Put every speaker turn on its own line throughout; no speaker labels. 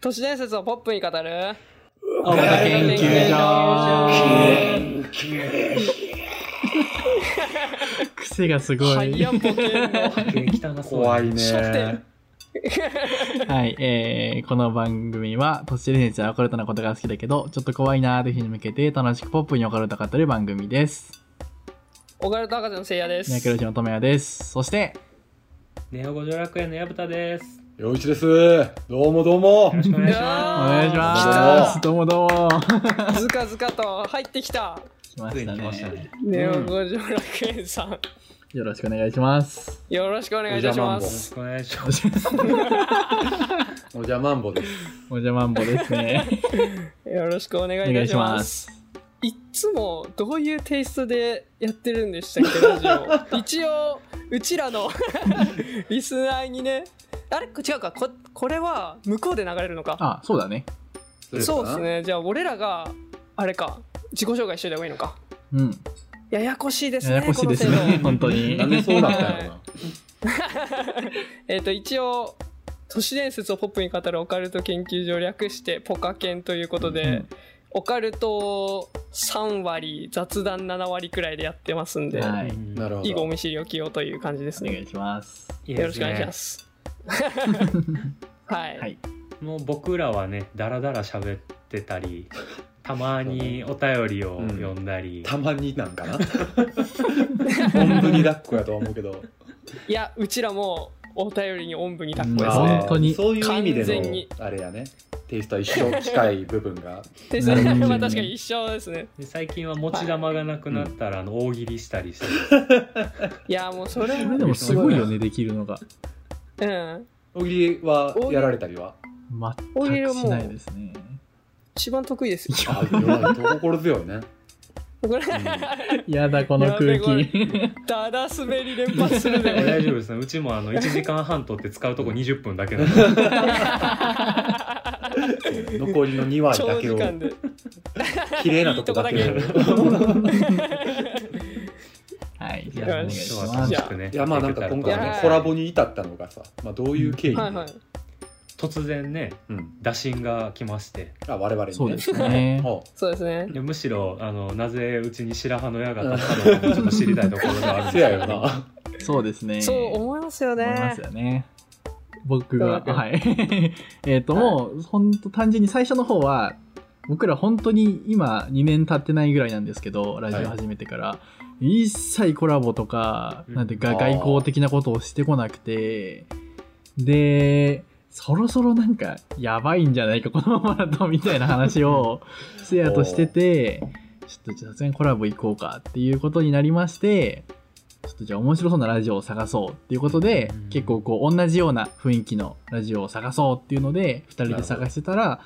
都市伝説をポップに語る
青田研究所癖がすご
はいいやボケんの
激高そう
怖い
初手
ね。
はい、えー、この番組は、都市伝説やオカルトなことが好きだけど、ちょっと怖いなーという日に向けて、楽しくポップにオカルト語る番組です。
オカルト博士のせいやです
ミヤクルチのとめやです。そして、
ネオ五条楽園の矢蓋です。
よういちです。どうもどうも
よろ。しくお願いし
お
ま
願いし
ま
ます。どうもどうも。
すずかずかと入ってきた
来まし
つい
た
に来ました
ね
ね。。
ネオ五条楽園さん
よろしくお願いします。
よろしくお願いいたします
よろ
す
しくお願いし
お
ます。
おじゃまんぼです。
じゃまんぼですね。
よろしくお願
お
いい
願
た
い
し
し
ま
ますす。
いっつもどういうテイストでやってるんでしたっけラジオ一応うちらの リスナーにねあれ違うかここれは向こうで流れるのか
あ、そうだね。
そうです。ねじゃあ俺らがあれか自己紹介しといた方がいいのか
うん。
ややこしいです
や
ね
やこしいです
この制
ね、
度
本当に
な。んでそうなったんやろな。
えっと一応都市伝説をポップに語るオカルト研究所を略してポカ研ということで、
うん
オカルトを3割雑談7割くらいでやってますんで、
はいい。
なるほ
以後お
ど。
見知りおきようという感じです
お願
ね
いします。
い。
よろしくお願いします すはい、
はい。
もう僕らはね、だらだら喋ってた り、たまにお便りを読んだり、
たまになんかな。本当に抱っこやとは思うけど。
いやうちらもお便りにおんぶに抱っこ
う
で
ん
す
あ
ね
本当に
そういう意味
完全に
でのあれやね。テイストは一生近い部分が。
でそれ
うん
は確かに一緒ですね
で最近は持ち玉がなくなったら、あの大喜利したりして、
いやもうそれ
こ
は
れでもすごいよね、できるのが。
うん
大喜利はやられたりは。
全くしないですね。
一番得意ですよ
あ、弱い心強いね。
これ、
やだ、この空
やべ
気。
だだ滑り連発するで
大
俺
丈夫 ですね。うちもあの1時間半取って使うとこ20分だけなんで、
残りの2割だ
長
け
時
を。
間で
綺麗なとこだけ
いい
を。
と
はい。じゃあ、お願
よ
い
し
し
今日は
ま
楽
す
し。くね。
いやまあなんか今回
い
ね
や
コラボに至ったのがさ、まあ、どういう経緯で、
はいはい
突然ね、
うん、
打診が来まして、
あ我々にね
そうですね。
おう
そうですね
いやむしろあのなぜうちに白羽の矢が立ったのかもちょっと知りたいところではあるん
せ
です
や
け
よ
ど、
な
そうですね。
そう思いますよね
思いますよね。僕が、
そうだ
はい。 えっと、もう、ほんと単純に最初の方は、僕ら本当に今2年経ってないぐらいなんですけど、ラジオ始めてから、一切コラボとか、
うん
なんていうか
あー
外交的なことをしてこなくて、で、そろそろなんかやばいんじゃないか、このままだと、みたいな話 を、せやとしてて、ちょっとじゃあさすがにコラボ行こうかっていうことになりまして、ちょっとじゃあ面白そうなラジオを探そうっていうことで、
うん
結構こう同じような雰囲気のラジオを探そうっていうので、二人で探してたら、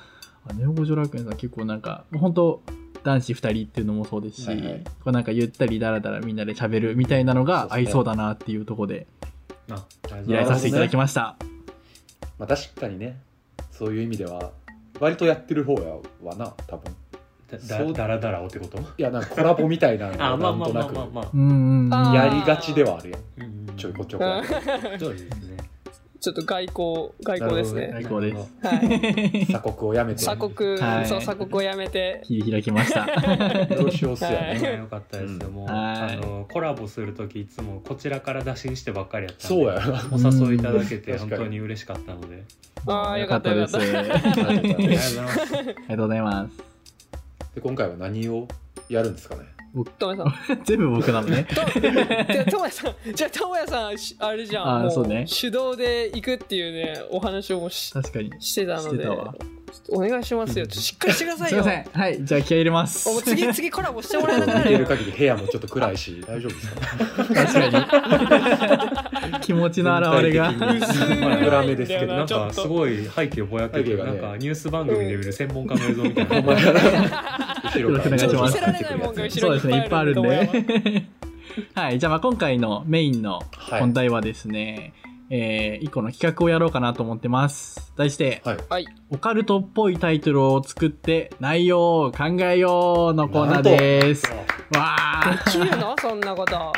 あネオ五条楽園さん結構なんか、もう本当男子二人っていうのもそうですし、
はいはい
こうなんかゆったりだらだらみんなで喋るみたいなのが合いそうだなっていうところで
あ大
依
丈
や
頼
夫
させていただきました。
まあ確かにねそういう意味では割とやってる方やわな多分
だだだらだらおってこと
いやなんかコラボみたい なの
あま
がな
あ
ん
ま
と
あま
な
あまあ
く
まあ、
うんうんうん。
あ
やりがちではあるやん
うん
ちょいこちょ
う
こや
ん
けど
そうですね
ちょっと外交外交ですね
最高です
はい
鎖国をやめて
鎖国、
はい
そう鎖国をやめて
切り開きました。
どうしようっすや
い
ね
やよかったですよ、
うん
もう
はい
あのコラボする時いつもこちらから打診してばっかりやったん
そう
で
やな
お誘いいただけ
う
て
ん
本
確かに
当に嬉しかったので
あーよかった
です。あ
よ
り
ありがとうござい
あり
ま
が
す
とうございます
がとうございます。
で今回は何をやるんですかね
トモヤさん
全部僕なのね。
じゃトモヤさんじゃあトモヤさんしあれじゃん
あー
も
そうね
手動で行くっていうねお話をもし
確かに。
してたの
して
で
たわ。
お願いしますよちょっとしっかりしてください
すい
よ
ません。はい。じゃあ気合い入れます。
もう次次コラボしてもらえなくな
見て
る
る
よ
限り部屋もちょっと暗いし大丈夫ですか
確かに。気持ちの表れが
全。体的に
薄い
暗めですけど
なん
ちょっ
か
と
すごい背景ぼやけて
背景
る、
がね
なんかニュース番組で見る専門家の映像みたいな
お前ら後ろから
よろしくお願いしま
見
す
せられないもんが後
そう
ろ
で
に
すね。い
い
っ
っ
ぱ
ぱいあ
いある
る
ん
んで
で。はい。じゃあまあ今回のメインの
はい
本題はですね、えー一個の企画をやろうかなと思ってます。題して、
はい
はい
オカルトっぽいタイトルを作って内容を考えようのコーナーです。わ
切るのそんなこと
ー。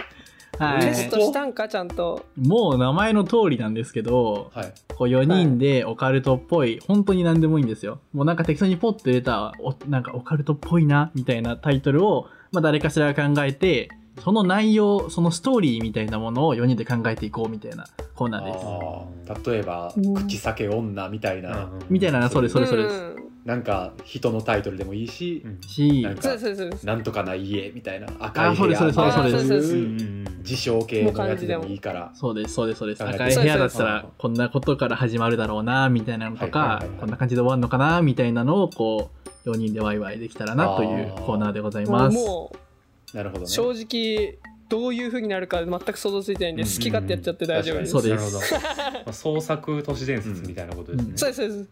はい
テストしたんかちゃんと
もう名前の通りなんですけど、
はい。
こう4人でオカルトっぽい、本当に何でもいいんですよ。もうなんか適当にポッと出た、おなんかオカルトっぽいな、みたいなタイトルを、まあ誰かしらが考えて、その内容、そのストーリーみたいなものを4人で考えていこうみたいなコーナーです。
あー例えば
うん
「口裂け女」みたいな、
みたいな、そうです、それそれで
う
す。
ん
なんか人のタイトルでもいいし、
し
なん、か
そうですそうです
なんとかな家みたいな赤い
あそ
部
れそれ
屋みたい
それ
な
それです
自称系のやつでもいいから
そうです、そうです、そうです。
考えて
赤い部屋だったら、こんなことから始まるだろうな、みたいなのと
はい
か
はいはいは、い
こんな感じで終わるのかな、みたいなのを、こう、4人でワイワイできたらな、という
あー
コーナーでござい
も
ま
う
す。
も
なるほど
う
ね
正直どういう風になるか全く想像ついてないんで
うん
好き勝手やっちゃって大丈夫です、
そうです
す。なるほど創作都市伝説みたいなことですね。
うん
そうですそうです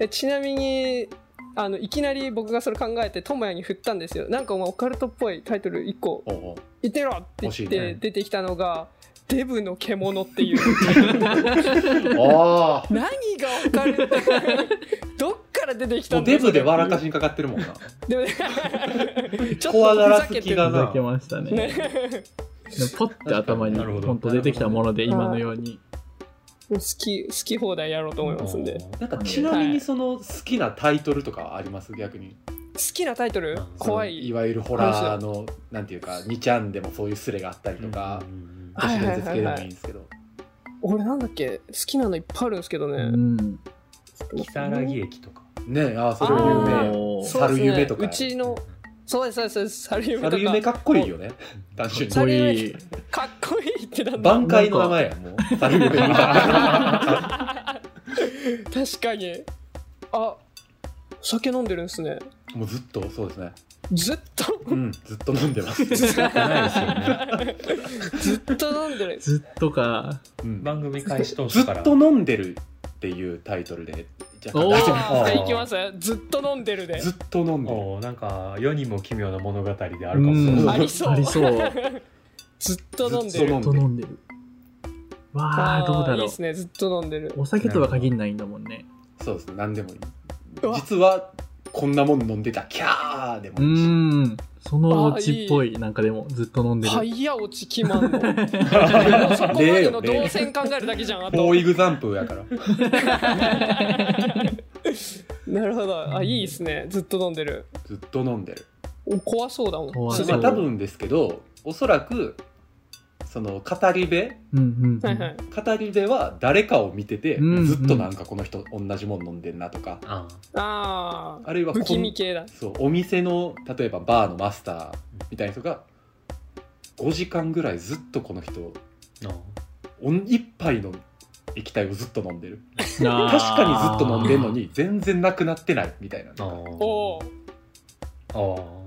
えちなみにあのいきなり僕がそれ考えて智也に振ったんですよなんかお前オカルトっぽいタイトル1個
おうおう
言ってみろって言っ
欲しい
て
ね
出てきたのが「デブの獣」っていう
あー
何がオカ ルトどっから出てきた
も
ん
う
だ
デブで笑かしにかかってるもんな
でもね ちょっ
怖が
とふ
ら
ざ
す
け
気
て
が
る
いただけましたね。
ね
でもポッて頭に
なるほど
本当出てきたもので今のように
もう好き好き放題やろうと思いますんで好
なんかちなみにその好きなタイトルとかはあります逆に
きなタイトル
うん
怖
そのい
い
わゆるホラーのなんていうか2ちゃんでもそういうスレがあったりとか
あ
都市伝説系でもいいんですけど
俺なんだっけ好きなのいっぱいあるんですけどね、
うん
木更木駅とか。
ねああそれも有名よ
おー
そうですね
猿夢とか
うちのそうですそうですそうです猿夢とか
猿夢かっこいいよね単純に
かっこいい
かっこいいってなんだ
挽回の名前やもう猿夢 は
確かにあお酒飲んでるんですね
もうずっとそうですね
ずっと
うんずっと飲んでます、
ないですよね。
ずっと飲んでる
ずっとか
うん
番組開始当
ず
初から。
っと飲んでるっていうタイトルで若干
おー
出してみ
あ
ま
ー
す
いきますずっと飲んでるで
ずっと飲んでる
おーなんか世にも奇妙な物語であるか
う
もしれ
ん
ない。
ありそう
ありそうず
ずっと飲んでる
ず
っと飲んでるわあどうだ
い
ろ
いうですねずっと飲んでる
お酒とは限んないんだもんね
そうですね何でもいいう
わ
実はこんなもん飲んでたキャーでも
う
いいし
んそのオチっぽ
あ
いなんかでもずっと飲んでる
早落ち決まん のそこまでの
例よ
動線考えるだけじゃんあ
フォ
と
ーイグザンプルやから
なるほどあいいですねずっと飲んでる
ずっと飲んでる
お怖そうだもん
怖そう
す
ま
で
あ
に
多分ですけどおそらくその語り部
うんうんう
はいはい
ん
語り部は誰かを見てて、
うんうん
ずっとなんかこの人同じもん飲んでんなとか
あ
ああ
あるいはこん
不気味系だ
そうお店の例えばバーのマスターみたいな人が5時間ぐらいずっとこの人
ー
おん一杯の液体をずっと飲んでる
確
確かにずっと飲んでんのに全然なくなってないみたいな
あ
なんか
ー。
おお
あ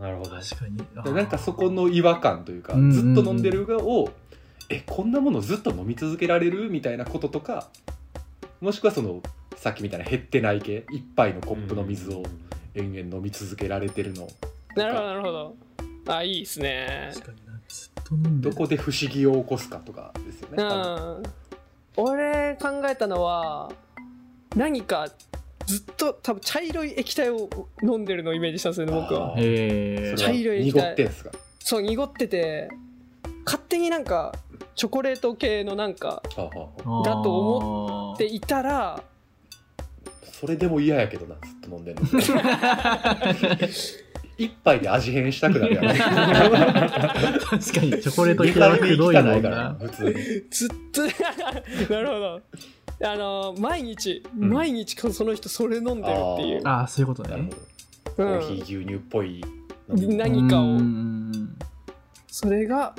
あ、なるほど。
確かにあ
で
ー
なんかそこの違和感というか
うんうんうん
ずっと飲んでるがをえこんなものずっと飲み続けられるみたいなこととかもしくはそのさっきみたいな減ってない系一杯のコップの水を延々飲み続けられてるの
なるほどなるほどあいいですね
確かになずっと飲んで
ど
る
こで不思議を起こすかとかですよね
う
多分
ん俺考えたのは何かずっと多分茶色い液体を飲んでるのをイメージしたんですよね僕は
あー
え
そ
ー
茶色
れはい
液
濁
体
ってんすか
そう濁ってて勝手になんかチョコレート系のなんか
はあはあはあ
だと
思
でいたら
それでも嫌やけどなずっと飲んでんの一杯で味変したくなるやろ
確かにチョコレート
リ
系
カ
は
ル
くどい
汚
も
い
ん
か
な
ら 普通に
ずっと なるほどあの毎日、
ん
毎日その人それ飲んでるっていう
ああそういうこと
なるほ
ね
どコ
うん
ーヒー牛乳っぽい飲み物
何かを
うんうんうん
それが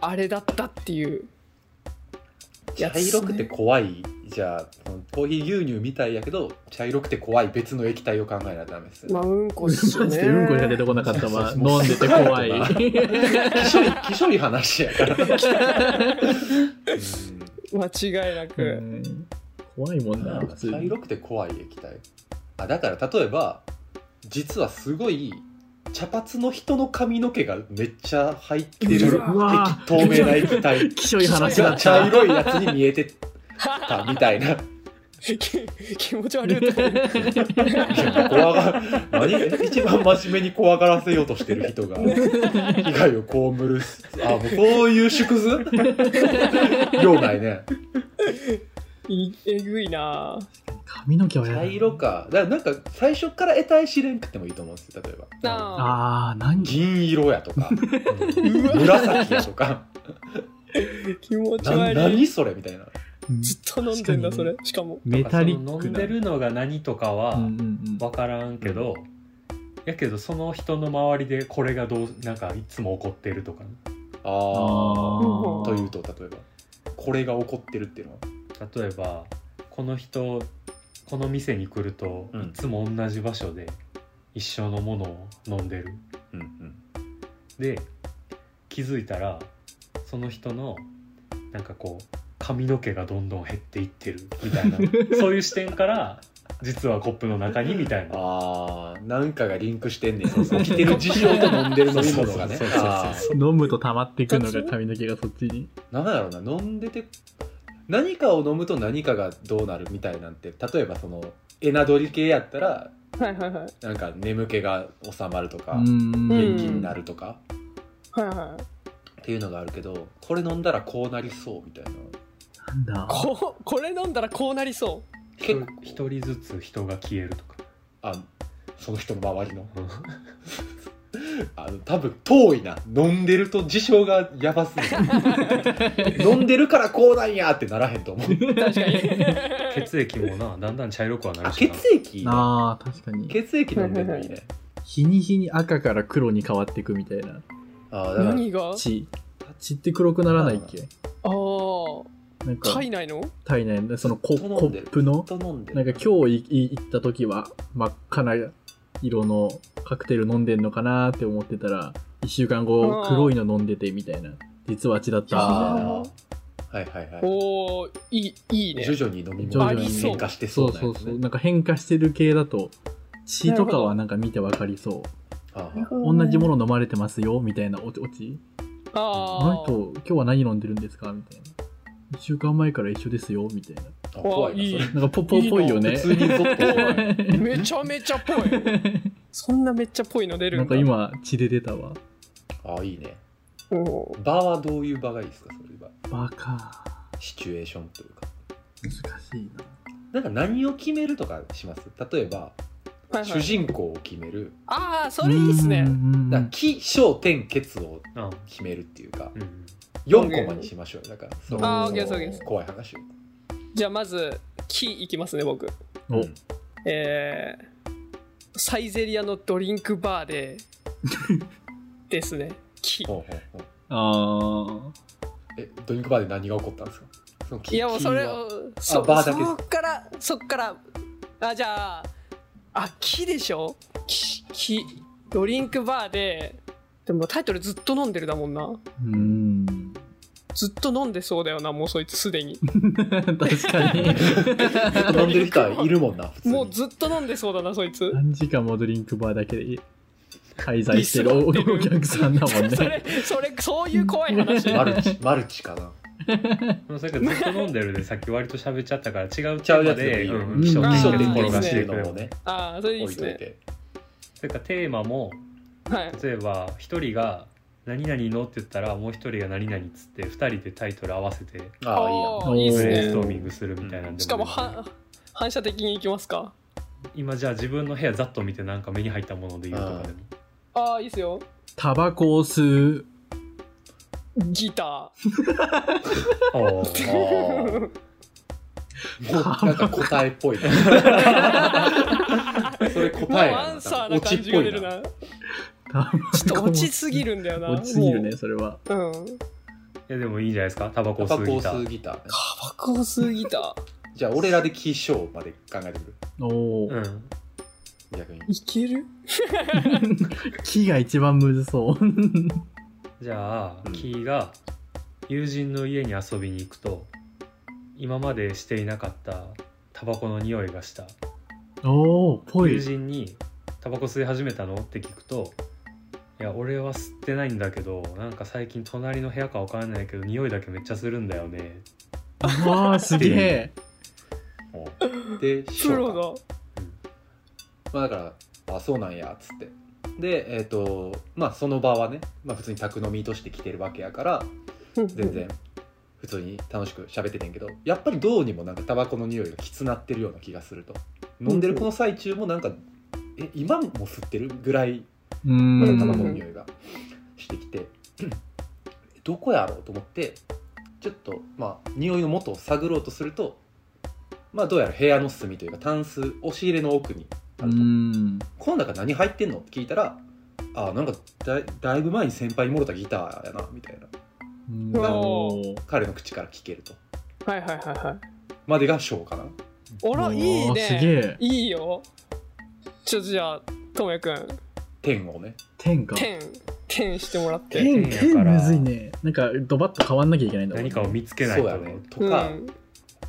あれだったっていう
茶色くて怖いじゃあそのコーヒー牛乳みたいやけど茶色くて怖い別の液体を考えなダメですよ、
まあうんこっすよ
マジでうんこしか出て
ね
こなかったわ。
そうそう
飲んでて怖い。
そうきしょいきしょい話やから、うん
間違いなく、
うん怖いもんな、普通
茶
に。
色くて怖い液体あだから例えば実はすごい茶髪の人の髪の毛がめっちゃ入って
う
る
わ
うわ
透明な液体
きしょい話だ
が
っ
茶
た。
色いやつに見えてたみたいな
き気持ち悪いと思う
怖が何一番真面目に怖がらせようとしてる人が被害を被るあもうそういう縮 図量ないね
いえぐいな
髪の毛はやだ
茶色かだからなんか最初から得体知れんくてもいいと思うんですよ例えば
なあ
ああ何
銀色やとか
うわ
紫や とか
気持ち
な
悪い
何それみたいな
うん
ずっと飲んでんだ
確
そ
かに
れしかも
メタリ
だ
ッ
からその
ク
飲ん
な
でるのが何とかは
うんうん
分からんけど、やけどその人の周りでこれがどうなんかいつも起こってるとか、
あ
ー
あというと例えばこれが起こってるっていうのは
例えばこの人この店に来ると、
うん
いつも同じ場所で一緒のものを飲んでる
うんうん
で気づいたらその人のなんかこう髪の毛がどんどん減っていってるみたいなそういう視点から実はコップの中にみたいな
あーなんかがリンクして んねん起きてる事象と飲んでる飲み物がね
そうそうそうそう
あー
飲むと溜まっていくのが髪の毛がそっちに
なんだろうな飲んでて何かを飲むと何かがどうなるみたいなんて例えばそのエナドリ系やったら
はいはいはい
なんか眠気が収まるとか、
うん
元気になるとか
はいはい
っていうのがあるけどこれ飲んだらこうなりそうみたいな
なんだ
こうこれ飲んだらこうなりそ
結構
一人ずつ人が消えるとか
あその人の周りのあの多分遠いな飲んでると事象がやばすぎ る飲んでるからこうなんやってならへんと思う
う確かに
血液もなだんだん茶色くはな
あ
るし
血
な
液
あー確かに
血液飲んでるのい いね
日に日に赤から黒に変わっていくみたいな
あーだから
何があ
血血って黒くならないっけ
あー
なんか
体内の
体内のそのコ
ずっと
コ
飲んでる
ップの
ずっと飲んで
なんか今日いい行った時は真っ赤な色のカクテル飲んでんのかなって思ってたら1週間後
うん
黒いの飲んでてみたいな実は血だったみたいな
あーはいはいはい
おーいいいいね
徐々に飲み
徐々
物
に
に変化して
そ
そう
う
な
そ
や
う
つ
そう、
ね
なんか変化してる系だと血とかはなんか見てわかりそう
あ
同じもの飲まれてますよみたいなオチオチあ
あー
の人今日は何飲んでるんですかみたいな1週間前から一緒ですよみたいな
ーあ怖いなそれ
いい
なんかポッポっぽいよね
普通にゾッとする わ
めちゃめちゃぽいそんなめっちゃぽいの出る
なん
ん
か
だ
今血で出たわ
あいいね
おー
場はどういう場がいいですかそれは
バカ
シチュエーションというか
難しいな
なんか何を決めるとかします例えば
はいは
主
い
人公を決める
ああそれいいっすね
うんうんうん
なんか起承転結を
うん
決めるっていうか
うん
4コマにしましょうよだからそ
あー
そ
OK です OK です
怖い話を
じゃあまず「木」いきますね僕
お
うん
えー、サイゼリアのドリンクバーでですね木
ほうほうほう
あ
えドリンクバーで何が起こったんですかその
いやもうそれ
キーは
をそ
バーだけです
そっからそっからあじゃああ木でしょ木木ドリンクバーででもタイトルずっと飲んでるだもんな
ーうーん
ずっと飲んでそうだよなもうそいつすでに
確か に
飲んでる人はいるもんな普通に
もうずっと飲んでそうだなそいつ
何時間もドリンクバーだけで滞在してる
居
お
座ってる
お客さんだも ん
そ
ね
れそれそういう怖い話
マルチマルチかな
でもさっきずっと飲んでるでさっき割と喋っちゃったから違う
ちゃうやつで
で
もいいよ
ん起承
うん
起承
転
転
あー
結転
結っ
が
が
してて
い
く
うの
れ
も
る
ね
ああそれいい
置
です
いとい
ね
て
それからテーマも
はい
例えば一人が「何々の」って言ったらもう一人が「何々」っつって二人でタイトル合わせて
ああいいや
ーいいで
お
ブ
す
レインス
ね
トーミングするみたいなんでもいい
しかもは反射的にいきますか
今じゃあ自分の部屋ざっと見てなんか目に入ったもので言うとかでも
ああいいっすよ
タバコを吸う
ギタ
お
あ
ー
ー
ー
もうなんか答えっぽい な
もう
それ答えや
アンサーな
オチ
感
っ
じ
ぽ
が
い
出
な
るなち
タバコ
ょっと落ちすぎるんだよな
落ちすぎるね
も
それは
ううん
いやでもいいんじゃないですかタバコ
タ
を
バ
吸う
コ
ギ
を
タ
吸
ー
うギターね
タバコを吸うギタ
じゃあ俺らで起承まで考えてくる
おお
う
ー、
ん
逆に
ーいける
木が一番むずそう
じゃあ
うん
キーが友人の家に遊びに行くと今までしていなかったタバコの匂いがした
おおぽ
友
い
人に「タバコ吸い始めたの?」って聞くと「いや俺は吸ってないんだけどなんか最近隣の部屋かわからないけど匂いだけめっちゃするんだよね
わあすげえ」
おう
で師
プ
匠が
ロ
まあ、だから「あそうなんや」っつってでえっ、とまあその場はね、まあ、普通に宅飲みとして来てるわけやから
が
全然普通に楽しく喋っててんけどやっぱりどうにもなんかタバコの匂いがきつなってるような気がすると飲んでるこの最中もなんかえ今も吸ってるぐらいまだタバコの匂いがしてきてどこやろうと思ってちょっとまあ匂いの元を探ろうとするとまあどうやら部屋の隅というかタンス押し入れの奥にあると。この中何入ってんのって聞いたら「あなんかだいだいぶ前に先輩にもろたギターやな」みたいな彼の口から聞けると
はいはいはいはい
までがショーかな
あらいいね
すげえ
いいよちょっとじゃあともやくん
天をね
天か
点点してもらって
天
天や
天
から
むずいねなんかドバッと変わんなきゃいけないんだもん
何かを見つけない
そう
と
やねと
うん
か、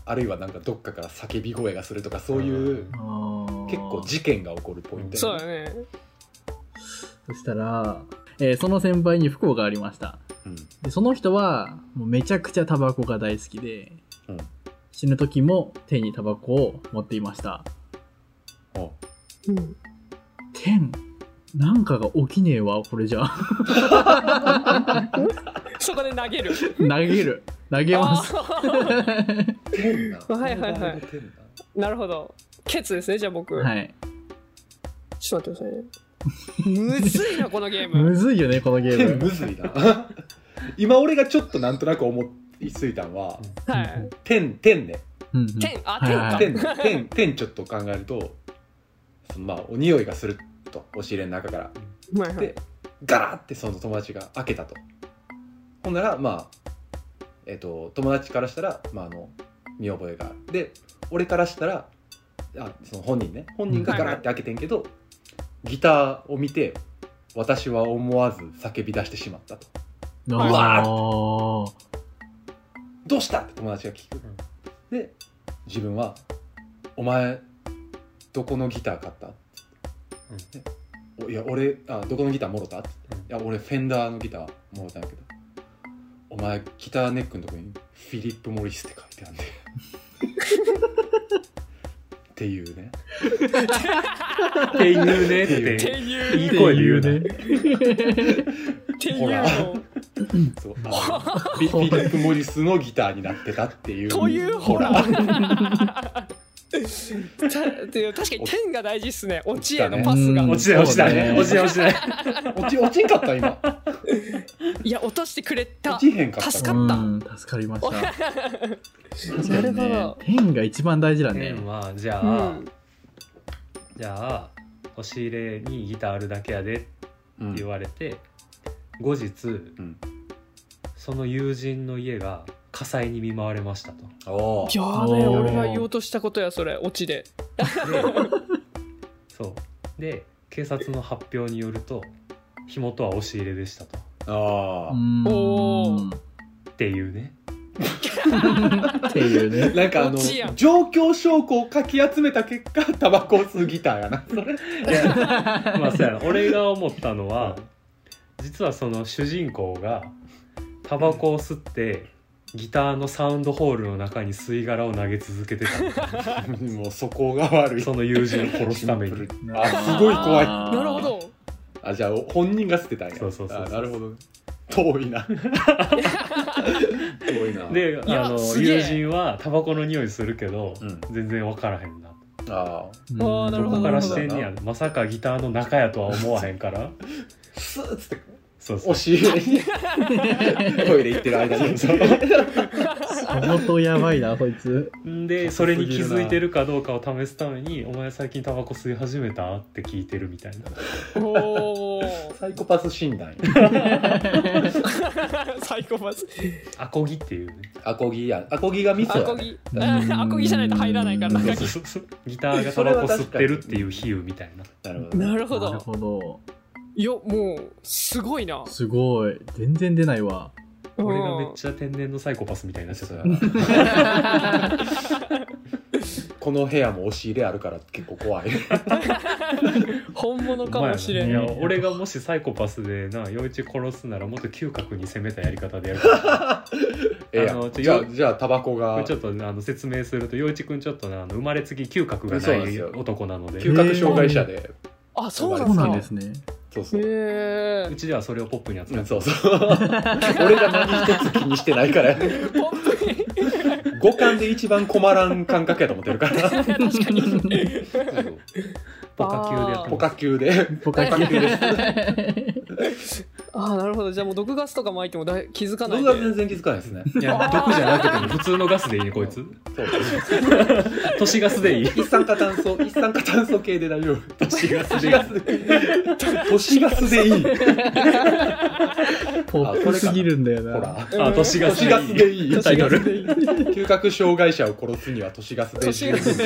あるいはなんかどっかから叫び声がするとかそういう
あー
結構事件が起こるポイント
そう
や
だ
ね
ね
そしたら、えーその先輩に不幸がありましたでその人はもうめちゃくちゃタバコが大好きで、
うん
死ぬ時も手にタバコを持っていました
うんお
うん
天なんかが起きねえわこれじゃ あ
そこで投げる
投げる投げます
あー
天な
はいはいはい
天な
なるほどケツですねじゃあ僕、
はい
ちょっと待ってくださいねむずいなこのゲーム
むずいよねこのゲー
天
ム
むずいな 今俺がちょっとなんとなく思いついたんは
はい
天天ね
うんうん
天あ
はいはい
天天天ちょっと考えるとそのまあお匂いがすると押し入れの中から
はいはい
でガラってその友達が開けたとほんならまあえっ、と友達からしたら、まあ、あの見覚えがあるで俺からしたらあその本人ね本人がガラって開けてんけど、ギターを見て私は思わず叫び出してしまったと
う
う
わ
わー
「どうした?」って友達が聞く、
ん
で自分は「お前どこのギター買った?ね」おいや俺あどこのギターもろた?」いや俺フェンダーのギターもらったんやけどお前ギターネックのとこにフィリップ・モリスって書いてあるんでっていうね
っていうねって
てい
いうい声で言うね
ていう
ほら
の
そうあのフィフィリップ・モリスのギターになってたっていう
というほら
ほ
たて確かに天が大事っすね落ちへのパスが、
うん
落ちない落ちないね落ちない落ちない
落ち落ちんかった今
いや落としてくれた
落ちへんかった
助かった
うん助かりました確
な
か
る
に
ほ
ね
ど
天が一番大事だね
天はじゃ
う
あ
ん
じゃあ押し入れにギターあるだけやでって
うん
言われて後日
ん
その友人の家が火災に見舞われましたと
お
いや
ー
ーね俺が言おうとしたことやそれ落ちで
でそうで警察の発表によると火元は押し入れでしたと
あ
う
ー
ん
おー
ってい うね
っていうね
なんかあの
落ちやん
状況証拠をかき集めた結 果タバコを吸うギターやなそれ
まあそうやな俺が思ったのは
うん
実はその主人公がタバコを吸ってギターのサウンドホールの中に吸い殻を投げ続けてた
もうそこが悪い
その友人を殺すた めに
あすごい怖い
なるほど
あじゃあ本人が捨てたんや
そうそうそうそう
あなるほど遠い な遠いな
で
いや
あの
すげえ
友人はタバコの匂いするけど、
うん
全然分からへんな
ああ
うん
あーなるほ
こ
ど
からしてんねやまさかギターの中やとは思わへんから
スーッつって
そうそう
押し入れに トイレ行ってる間に
相当やばいなこいつ
でそれに気づいてるかどうかを試すために「お前最近タバコ吸い始めた?」って聞いてるみたいな
おお
サイコパス診断や
サイコパス
アコギっていうね
アコギやアコギがミソ
アコ
やね
ギアコギじゃないと入らないから中
そ
に
うそうそうギターがタバコ吸ってるっていう比喩みたいな
なるほど
なるほど
なるほど
いやもうすごいな
すごい全然出ないわ
俺がめっ
ゃ
ちゃ天然のサイコパスみたいになっちゃっ
そう
た
や
な
なこの部屋も押し入れあるから結 構怖い
本物かもしれ
お
ん
前
よ
らいや俺がもしサイコパスでな陽一殺すならもっと嗅覚に攻めたやり方でやる から
ええ
あ
や
の
ん
ちょ
じゃあ
よ
じゃあタバコ
こ
が
れちょっとあの説明すると陽一くんちょっとねあの生まれつき嗅覚が
そう
な
なんです
い
よ
男なので
嗅覚障害者で、
あそう
そ
な
うんなんで
です
す
か
ね。
そうそう、
へ
うちではそれをポップに扱
う
っ
ん
て
そうそう俺が何一つ気にしてないから
えポップ
五感で一番困らん感覚やと思ってるからそう
確かに
そう
ポカ級でやって
ポ
ます
カ級で
ポカキ
ああなるほどじゃあもう毒ガスとか撒いてもだい気づかな
僕
い
は
で
全然気づかないですね
いや毒じゃなくても普通のガスでいいねこいつ
そう
都市ガスでいい
一酸化炭素一酸化炭素系で大丈夫
都市ガス
都市
でいい
ガスで都市ガスでいい
ポップすぎるんだよ
ほ
な。
ら
あ都市ガ
都
ス
市ガス
でいい
でいい
タイトル
嗅覚障害者を殺すには都市ガスで
都市
十
ガ
分
ス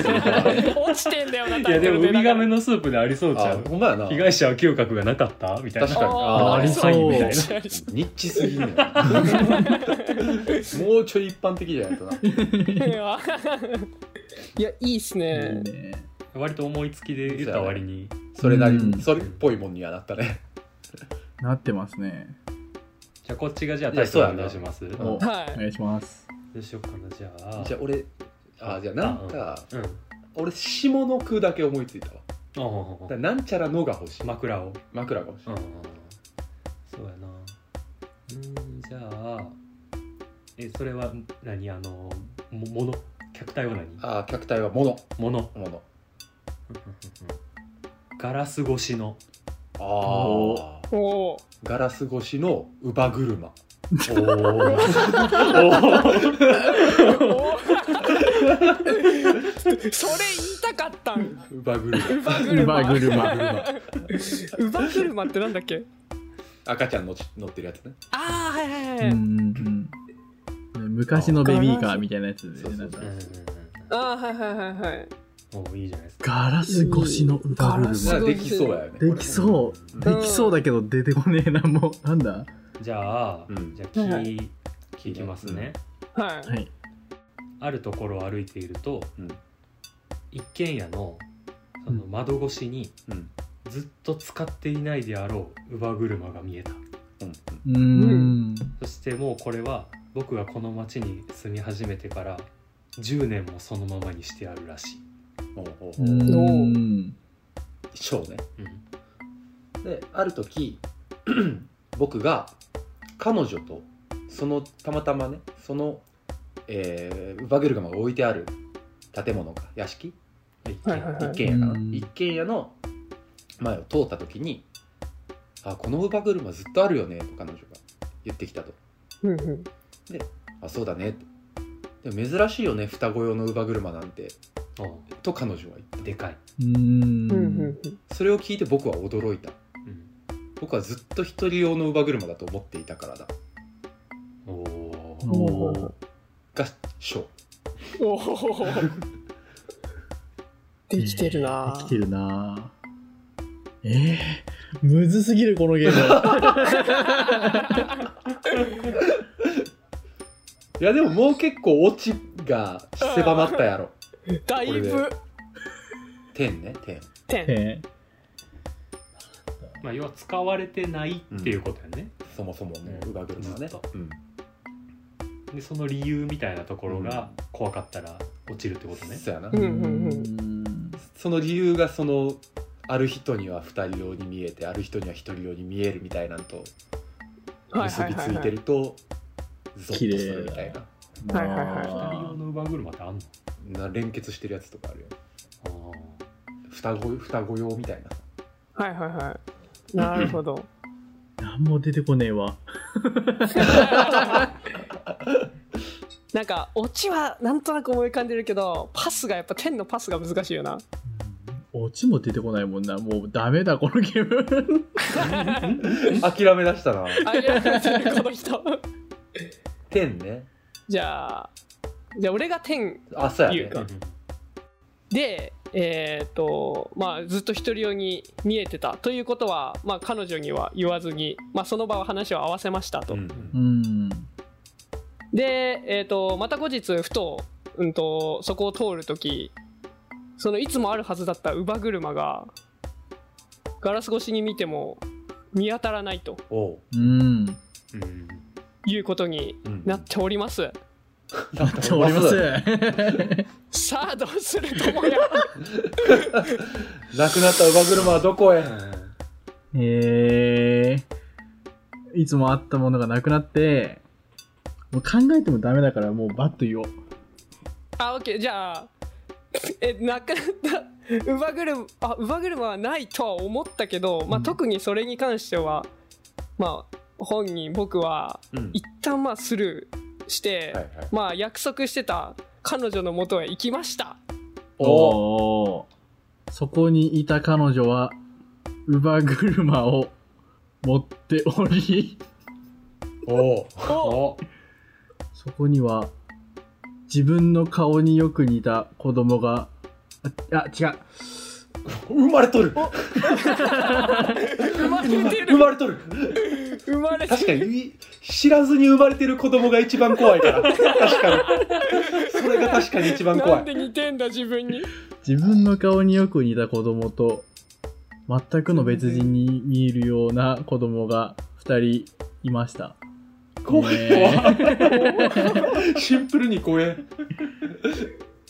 落ちてんだよないタ
や
イト
で
ル
も
で
ウミガメ
の
のスープでありそうちゃ
あ
う
ほんまやな
被害者は嗅覚がなかったみたいな
確かに
あ
あ
ーあ
ー
り
そう
サインみたいな
ニッチすぎんねんもうちょい一般的じゃないとない
やいいっすね
いいね
割と思いつきで言った割に
それなり
うん
にそれっぽいもんにはなったね
なってますね。
じゃあこっちがじゃあタイトルお願いします
やそうやな
お、
う
お
はい
願いします。
どうしようかなじゃあ
じゃあ俺あじゃあなんか
うんあ
俺下の句だけ思いついたわだ
ほんほんほん
からなんちゃらのが欲しい
枕を
枕が欲しい
うんそうやなうんじゃあえそれは何あのももの客体は何
ああ客体は物
もの
物
ガラス越しの
ああ
おお
ガラス越しの乳母車
おお
ーおーそれ言いたかったん
乳母車
ウバ
ウ
車
バ車。
ウバ車ってなんだっけ
赤ちゃんのち乗ってるやつね
ああはいはいは
う
い、
んうんうん。昔のベビーカーみたいなやつ
そう
で、
そ
なん
う
か
そう
ああはいはいはいはい
おおいいじゃないですか
ガラス越しの歌
ガラス
車
まあ。できそうやよね
できそう。できそうだけど出てこねえな、もう。なんだ
じゃあ、
うん
じゃあ
はいは
聞聞きますね、
は
はい。
あるところを歩いていると、
うん
一軒家のその
う
窓越しに
うんうん
ずっと使っていないであろう乳母車が見えた
うん
うーん。
そしてもうこれは僕がこの町に住み始めてから10年もそのままにしてあるらしい、
おうおう
う
お
ー。
うんそうね
うん
である時 僕が彼女とそのたまたまねその、えー、ウバゲルガマが置いてある建物か屋敷
一
い
軒
はいはいはい
一軒家かな、
うん
一軒家の前を通った時に「あこのウバゲルマずっとあるよね」と彼女が言ってきたと
うんうん
「あそうだね」と「でも珍しいよね双子用のウバゲルマなんて
お」
と彼女は言っ
でかい、
うー
うんんうん
たそれを聞いて僕は驚いた
うん
僕はずっと一人用のウバゲルマだと思っていたからだ
おー
おー
がショー
おおできてるな
できてるなえー、むずすぎるこのゲ ー
いやでももう結構オチが狭まったやろ。
だい
こ
ぶ
れ天ね、天。
ム
点
え
まあ、要は使われてないっていうことやね、
そもそもね、
うん
ウバグルマはね
ずっと。
うん
でその理由みたいなところが怖かったら落ちるってことね、
そうやな
う。ん
ー
うんうん
その理由がその、ある人には二人用に見えて、ある人には一人用に見えるみたいなんと
はい
結
はい
びつ
はい
い
は
て
い
ると、ゾッとするみたいな。
はいはいはい
二人用
あ
の馬車ってあんの
な連結してるやつとかあるよ。
あー
双子、双子用みたいな。
はいはいはいなるほど
ーなんも出てこねえわ
なんかオチはなんとなく思い浮かんでるけどパスがやっぱ点のパスが難しいよ な
オチも出てこないもんなもうダメだこのゲー ム
諦め出したな。
あいやこの人
天ね。
じゃあじゃあ俺が点
あ、そう
言
や
う
ね
か。でえっとまあずっと独り用に見えてたということは、まあ、彼女には言わずに、まあ、その場は話を合わせましたと、
うん
うん
で、えっとまた後日ふと,、うん、とそこを通る時そのいつもあるはずだった乳母車がガラス越しに見ても見当たらないと
おう
うん。
うん
いうことに
うん
なっております。
なっております。
さあどうするともや
なくなった馬車はどこへ
えー、いつもあったものがなくなって、もう考えてもダメだから、もうバッと言おう。
あオッケーじゃあえなくなった乳母車あ乳母車はないとは思ったけど、まあ、
うん
特にそれに関しては、まあ本人僕は
うん
一旦まあスルーして、
はいはい
まあ約束してた彼女の元へ行きました
おう
おーそこにいた彼女は、乳母車を持っており、
おう
お
お
そこには、自分の顔によく似た子供が、あ、あ違う。
生まれとる
生まれて
生
る
まれとる
生まれて
確
る
かに知らずに生まれてる子供が一番怖いから確かにそれが確かに一番怖
ないんで似てんだ自分に
自分の顔によく似た子供と全くの別人に見えるような子供が2人いました
怖い
えー
シンプルに怖え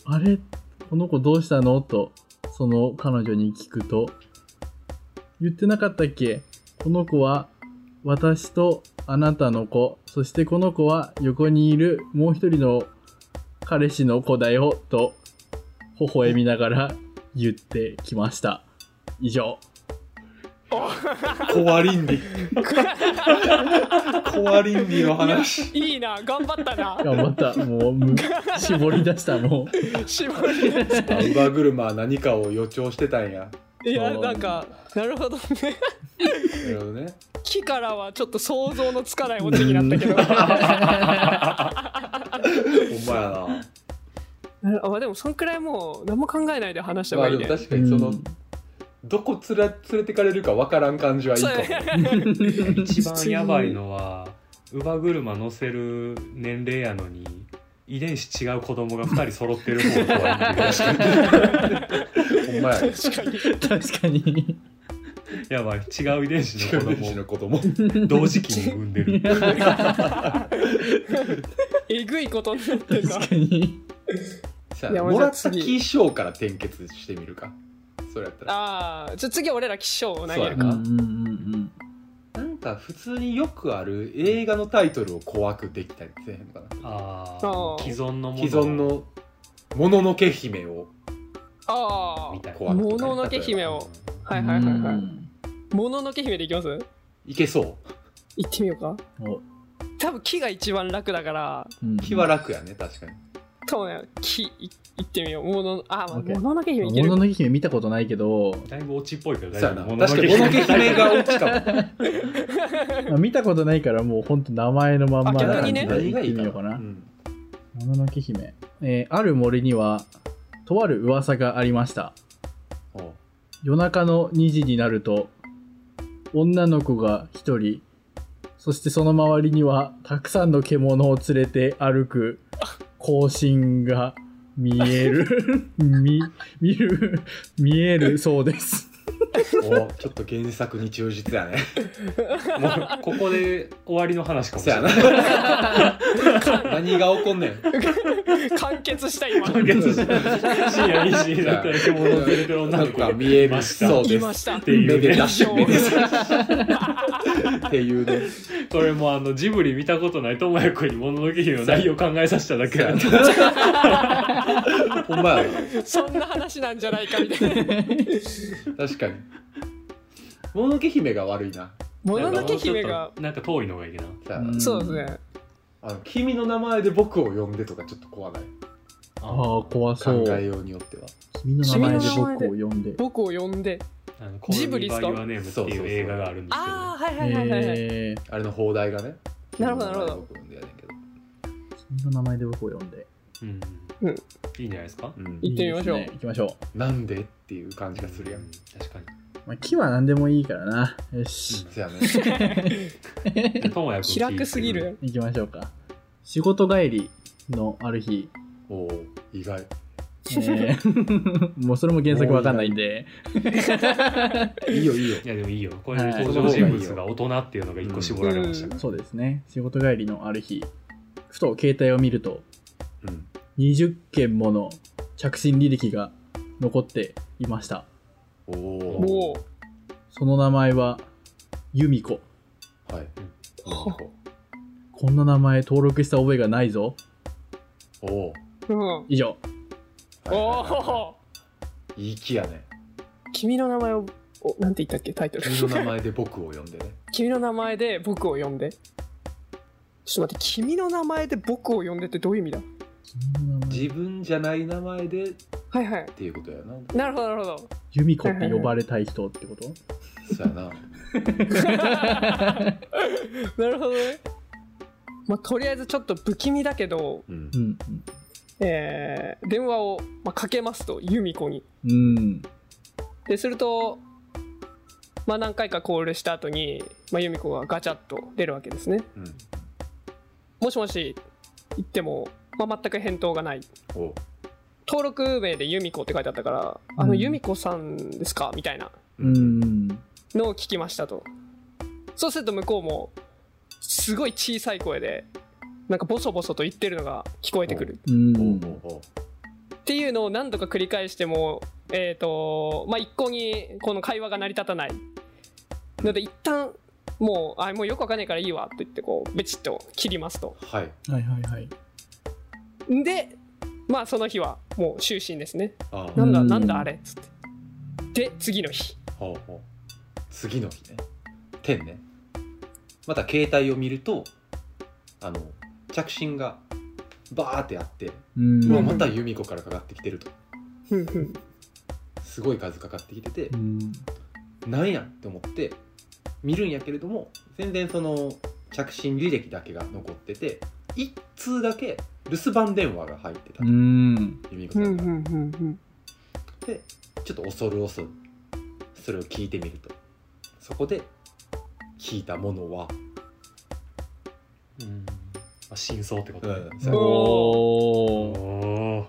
あれこの子どうしたのとその彼女に聞くと言ってなかったっけこの子は私とあなたの子そしてこの子は横にいるもう一人の彼氏の子だよと微笑みながら言ってきました以上
怖 倫理怖倫理の話
いいな頑張ったな
頑張った。もうむ、 絞り出した、も
絞り出し
あ馬車は何かを予兆してたんや
いや
そう
なんかなるほどね
なるほどね
木からはちょっと想像のつかないオチになったけど
ほんまやな
あまあでもそんくらいもう何も考えないで話した方
ま
が
あ
いい
でも
ね、
確
う。
かにその、
うん
どこつら連れてかれるかわからん感じはいい
そ
か
う
も
一番やばいのは乳母車乗せる年齢やのに遺伝子違う子供が2人揃ってる方が怖いっていう
ほんまやね
確かに
確かに。
やばい違う遺伝子
自
の子
分たちの
供
子供
同時期に産んでる
えぐいことになってんだ
確かに。
さ
い
あ
や
もらっ
じゃ
た
あ次
気象から転結してみるかそれやったら
ああじゃあ次俺ら気象を投げる
うんう
か
んうん
なんか普通によくある映画のタイトルを怖くできたりせえへんのかな
あ
あ
あ
ー
既存のもの
既存の「もののけ姫」を
あ
みたいな
怖く
もののけ姫
を
を
う
あ
ん。
はいはいはいは
う
い
ん
もののけ姫でいきます
いけそ
行ってみようか
お
多分木が一番楽だから
うん
う気は楽やね確かに
そうね木い行ってみようものあ、まあ、
オッケー
もののけ姫いけ
も
る
ののけ姫見たことないけど、
だいぶ落ちっぽいけど
そ
大
うや
丈
な
夫
確かに「もののけ姫」が落ちかも
まあ見たことないからもうほんと名前のまんま
あ
な
逆
感
に
じ
ね
で
何
言
が
っ
い
て
い
み
か
ようか
な
な
う。ん
もののけ姫。えーある森には、とある噂がありました。
おう
夜中の2時になると女の子が一人そしてその周りにはたくさんの獣を連れて歩く行進が見え る見見る見えるそうです
おうちょっと原作に忠実 やね
もうここで終わりの話かもし
そ
れ
や
な
ない何が起こんねん
完結した 今
今月深夜2時になったら獣を連れてる女
な
の
ん
子
か
が
見えるそう
い
で
ますした
ていう
めでた
以
し
上
め でたしっていうね
これもうあのジブリ見たことない智也君に「もののけ姫」の内容考えさせただけ なんで
ほんまやな
そんな話なんじゃないかみたいな
確かにもののけ姫が悪いな
もののけ姫が
なんか遠いのがいいな
さ
うん
そうですね
あの君の名前で僕を呼んでとかちょっと怖ない
ああ怖そ
考え
う
ようによっては
君の名前で
君の名前
僕
で
を呼んで
僕を呼んで
あの
ジブリっすか
コロニーバイオネームっていう映画があるんですけど
ああはいはいはいはい、はい
えー
あれの放題がね
なるほどなるほど
君の名前で僕を呼んでやねんけど
君
う
の名前で僕を呼んで
ん
うん
いいんじゃないですか
うん
行ってみましょう
いいですね行きましょ
なんでっていう感じがするやん
う確かに
う、まあ、木は何でもいいからなよし、
そやね
で智也君
気楽すぎる
行きましょうか仕事帰りのある日
おお意外
えー もうそれも原作わかんないんで。
いいよいいよ
いやでもいいよこれ
はい
登場人物が大人っていうのが一個絞られましたか
そうですね。仕事帰りのある日、ふと携帯を見ると、
うん
20件もの着信履歴が残っていました。
おお
おお
その名前は、由美子。
はい
こんな名前登録した覚えがないぞ。
おお
うん
以上。
おお
いい気やね
君の名前をおなんて言ったっけタイトル
君の名前で僕を呼ん でね
君の名前で僕を呼んでちょっと待って君の名前で僕を呼んでってどういう意味だ
自分じゃない名前でっ
はいはい
ていうことやな
なるほどなるほど
由美子って呼ばれたい人って こと
そうやな
なるほどねまあとりあえずちょっと不気味だけど、
うん
うん。
えー電話を、まあ、かけますと由美子に
うん。
でするとまあ何回かコールした後に、まあ、由美子がガチャッと出るわけですね
うん
もしもし言っても、まあ、全く返答がない
お
登録名で由美子って書いてあったから「あ
う
の
ん
由美子さんですか?」みたいな
うん。
のを聞きましたとそうすると向こうもすごい小さい声でなんかボソボソと言ってるのが聞こえてくる
う
お
ん。
おお
っていうのを何度か繰り返してもえっ、とまあ一向にこの会話が成り立たないので一旦もうあもうよくわかんないからいいわって言ってこうベチッと切りますと
はい
はいはいはい。
でまあその日はもう就寝ですね
ああ
なんだ
うん
なんだあれっつってで次の日
ほうほう次の日ね天ねまた携帯を見るとあの着信がバーってあって、
うん。
うわ
ん
また由美子からかかってきてると
ふんふん
すごい数かかってきてて
う、ん。
なんやって思って見るんやけれども全然その着信履歴だけが残ってて一通だけ留守番電話が入ってた、
うん。
由美子
ふ
さん
ん
か
ふ
ら
んふんふん
でちょっと恐る恐るそれを聞いてみるとそこで聞いたものは、
らうんあ真相ってことね
さ
おー
お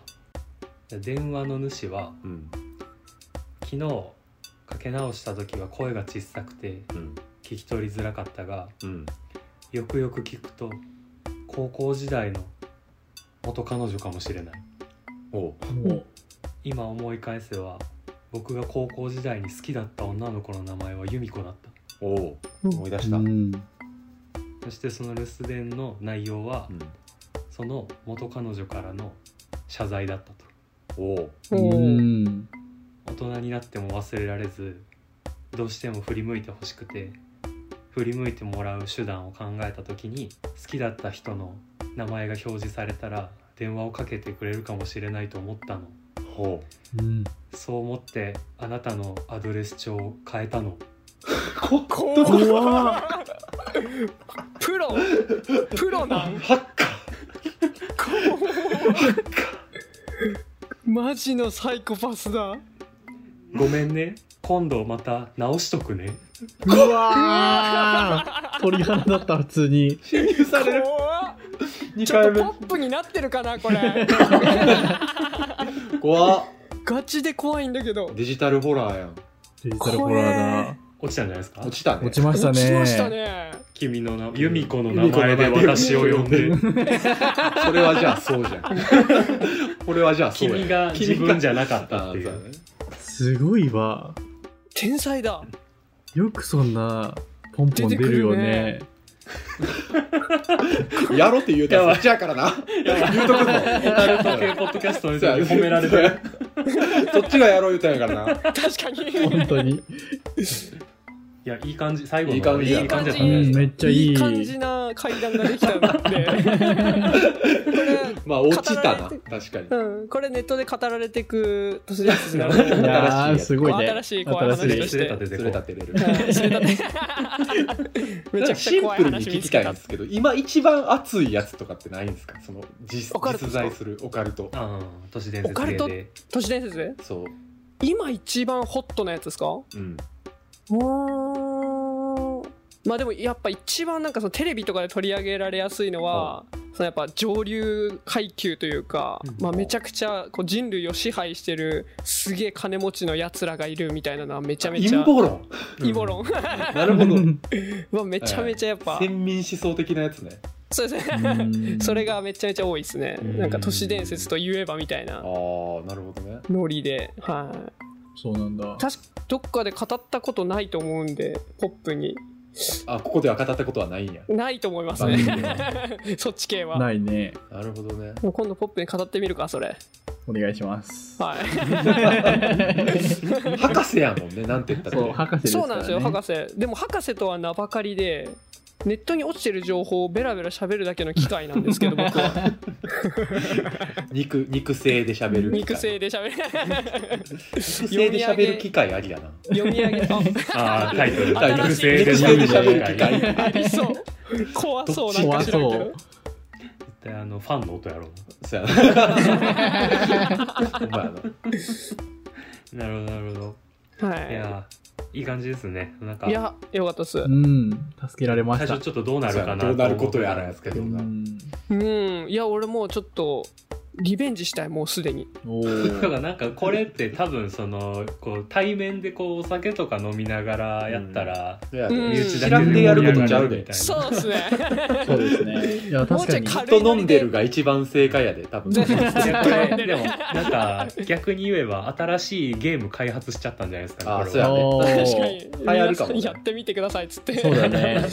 ー電話の主は
うん
昨日かけ直した時は声が小さくて
うん
聞き取りづらかったが
うん
よくよく聞くと高校時代の元彼女かもしれない
おう
も
今思い返せは僕が高校時代に好きだった女の子の名前は由美子だっ
おう
うん
思い出
う
した、
うん。
たそしてその留守電の内容は
うん
その元彼女からの謝罪だったと
おう
う
おー
ん。
大人になっても忘れられずどうしても振り向いてほしくて振り向いてもらう手段を考えた時に好きだった人の名前が表示されたら電話をかけてくれるかもしれないと思ったの
ほ
うん。
そう思ってあなたのアドレス帳を変えたの
うここ
うわ
プロプロなん
ハッカ
マジのサイコパスだ
ごめんね今度また直しとくね
うわー 鳥肌だった普通に
ー侵入される
怖っ
2
ちょっ
回
と
目
ポップになってるかなこ れ
怖っ
ガチで怖いんだけど
デジタルホラーやん
デジタルホラーだ
落ちたんじゃないですか
落ちたね
落ちました
落ちました
ね
ね
君の名由美子の名前で私を呼んで
それはじゃあそう じゃんこれはじゃあそうや
君が自分じゃなかった
あ
って
ー
い
そうや
う
ね
すごいわ
天才だ
よくそんなポンポン出るよね
やろって言うた
や
ら
ばい
そっちやからな言うと
オカルト
くぞ
系ポッドキャストの人に褒められ
そう
て
やそっちがやろう言うたんやからな
確かに
本当に、
いやいい感じ最後の
いい感じや
いい感じ
だ
う
ったね
ん、めっちゃいい
いい感じな階段ができたんでこれ
まあ落ちたな
語られ
確かに
うん、これネットで語られていく都市伝説が
なるほど
いやー
新しい
すごいね
新しい怖い話
新し
で
い
す
失礼立てて
そ
こ
れ
う
立てれる
はいそれだね めちゃくち
シ
ゃ
ン
怖
プ
い
ルに
話
聞
見
き
つ
た
けた
いんですけど今一番熱いやつとかってないんですかその実
オカルト
実在するオカルト
あー都市伝説系
オカ
で
都市伝説で
そ
今一番ホットなやつですか
ううん
おーまあでもやっぱ一番なんかそのテレビとかで取り上げられやすいのはそのやっぱ上流階級というか、
うん
まあ、めちゃくちゃこう人類を支配してるすげえ金持ちのやつらがいるみたいなのはめちゃめち
陰
ゃ
謀 論
陰謀論
なるほど
うわめちゃめちゃやっぱ、
先民思想的なやつね
そうです
う
ね
ん
それがめちゃめちゃ多いですね
うん
なんか都市伝説といえばみたい
あ
な
あなるほどね
ノリではい
そうなんだ
確かどっかで語ったことないと思うんでポップに
あここでは語ったことはないんや
ないと思います
番組
ね
では
そっち系は
ないね
なるほ どね
もう今度ポップに語ってみるかそれ
お願いします
はい
博士やもんねなんて言ったら
そう
ね
博士です から、ね、
そうなんですよ博士でも博士とは名ばかりでネットに落ちてる情報をベラベラ喋るだけの機会なんですけど僕は
肉肉声で喋る機会
肉声で喋る
肉声で喋る機会ありやな
読み上げあ
ああタイトル
新しい
肉声
肉
で
声で喋
喋
る
る
機
機
会
会
ありそう怖そうなんか
怖
知らん
そ
けど
う
絶対あのファンの音やろ
そうや
うな
なほんまやな
なるほどなるほ
は
どいやーいい感じですねなんか
いいやよかったっす
うん助けられま
最
した
初ちょっとどうなるかな
そうやなどうなることやらやつけ
う
ど
ん
うんいや俺もうちょっとリベンジしたいもうすでに
お
だか
ー
らなんかこれって多分そのこう対面でこうお酒とか飲みながらやったら、
いや
うん
身内
知
だ
ら
け
ん
で
でやることちゃ
み
う
た
で
いな
そうですね
そうですね いや確かに
もうちょい
ずっと飲んでるが一番正解やで多分
全然
いやこれでもなんか逆に言えば新しいゲーム開発しちゃったんじゃないですか、
あー
こ
そう
れ
や
は
お
確
ー
かに
流行るかもね
皆さんやってみてくださいっつって
そうだね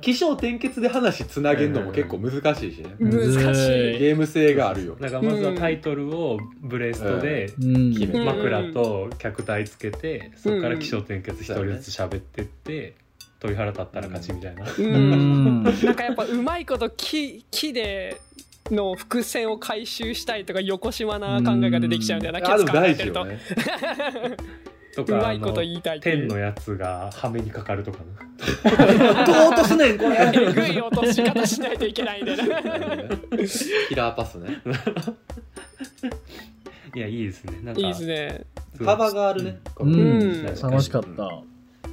起承転結で話つなげるのも結構難しいしね
ん
難しい
ゲーム性があるよ
なんかまずはタイトルをブレストで
うん
決め
枕と客体つけてそこから起承転結一人ずつ喋ってって鳥肌立ったら勝ちみたい な、
う
うんん
なんかやっぱうまいこと木木での伏線を回収したいとか横島な考えが出てきちゃうんだよな、
あ
ケ
で
ツ
も
考え
大
て
事
ると。
よね
と
う
か
ま
あ
いこと
の
言いたいってい
天
う
のやつが羽目にかかるとかな
どう落とすねんこれ
えぐい落とし方しないといけないんで ね
キラーパスね
いやいいですねなんか
いいですね
すごい
幅があるねこの
うん
うん
楽しかった、
よ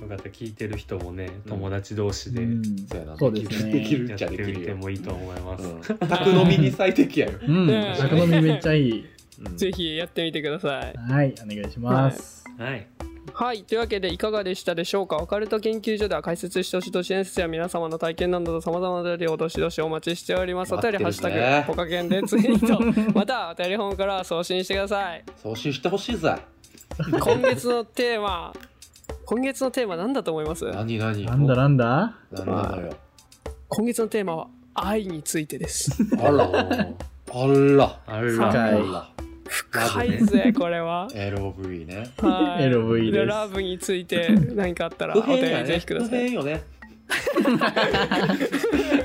かった聞いてる人もね友達同士で
うん
そうやな
そうですね
できる
や
っ
っ
ち
て
ゃでき
み
る
て
よ
もいいと思います、
うん宅飲みに最適やよ
うん
ね
宅飲みめっちゃいい
うん
ぜひやってみてください
はいお願いします、
はい
はいというわけでいかがでしたでしょうかオカルト研究所では解説してほしい都市伝説や皆様の体験などさまざまなお便りをどしどしお待ちしておりますお便り「ハッ
待っ
シュ
て
タ
るね
グポカケン」でツイートまたはお便り本から送信してください
送信してほしいぜ
今月のテーマ今月のテーマ何だと思います
何何
なんだなんだ
なんなのよ
今月のテーマは愛についてです
あらあら
ある
深
わ
い
あ
深いぜこれ は
ら LOV ね
はい
LV です
ラブについて何かあったらお
不
便
変
り
や
ぜ
ね
ひくだ
不
さい
変よね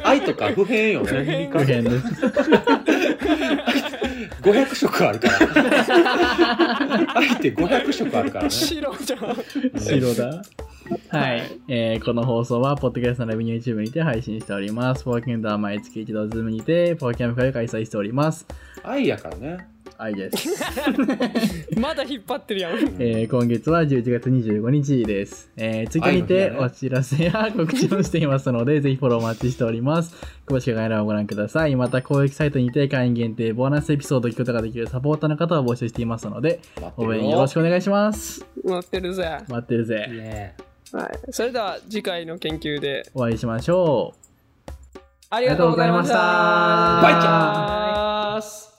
愛とか不変よね
不変です
500色ある から。愛って500色あるからね。
白じゃん
白 だ。はい、えーこの放送は、ポッドキャストのラビニュー YouTube にて配信しております。ポーキャンドは毎月一度ズームにて、ポーキャンプ会を開催しております。
愛やからね。
愛です。
まだ引っ張って るやん
えー今月は11月25日です。えー、ツイッターに
愛
て
の日だ
お
ね
知らせや告知をしていますので、ぜひフォローお待ちしております。詳しく概要欄をご覧ください。また、公益サイトにて会員限定、ボーナスエピソードを聞くことができるサポーターの方を募集していますので、
待って
応
る
援
よ。
よろしくお願いします。
待ってるぜ、は
待ってるぜ。
ね
い、それでは次回の研究で
お会いしましょう。
ありがとうございました
ありがとうございました
バイチャース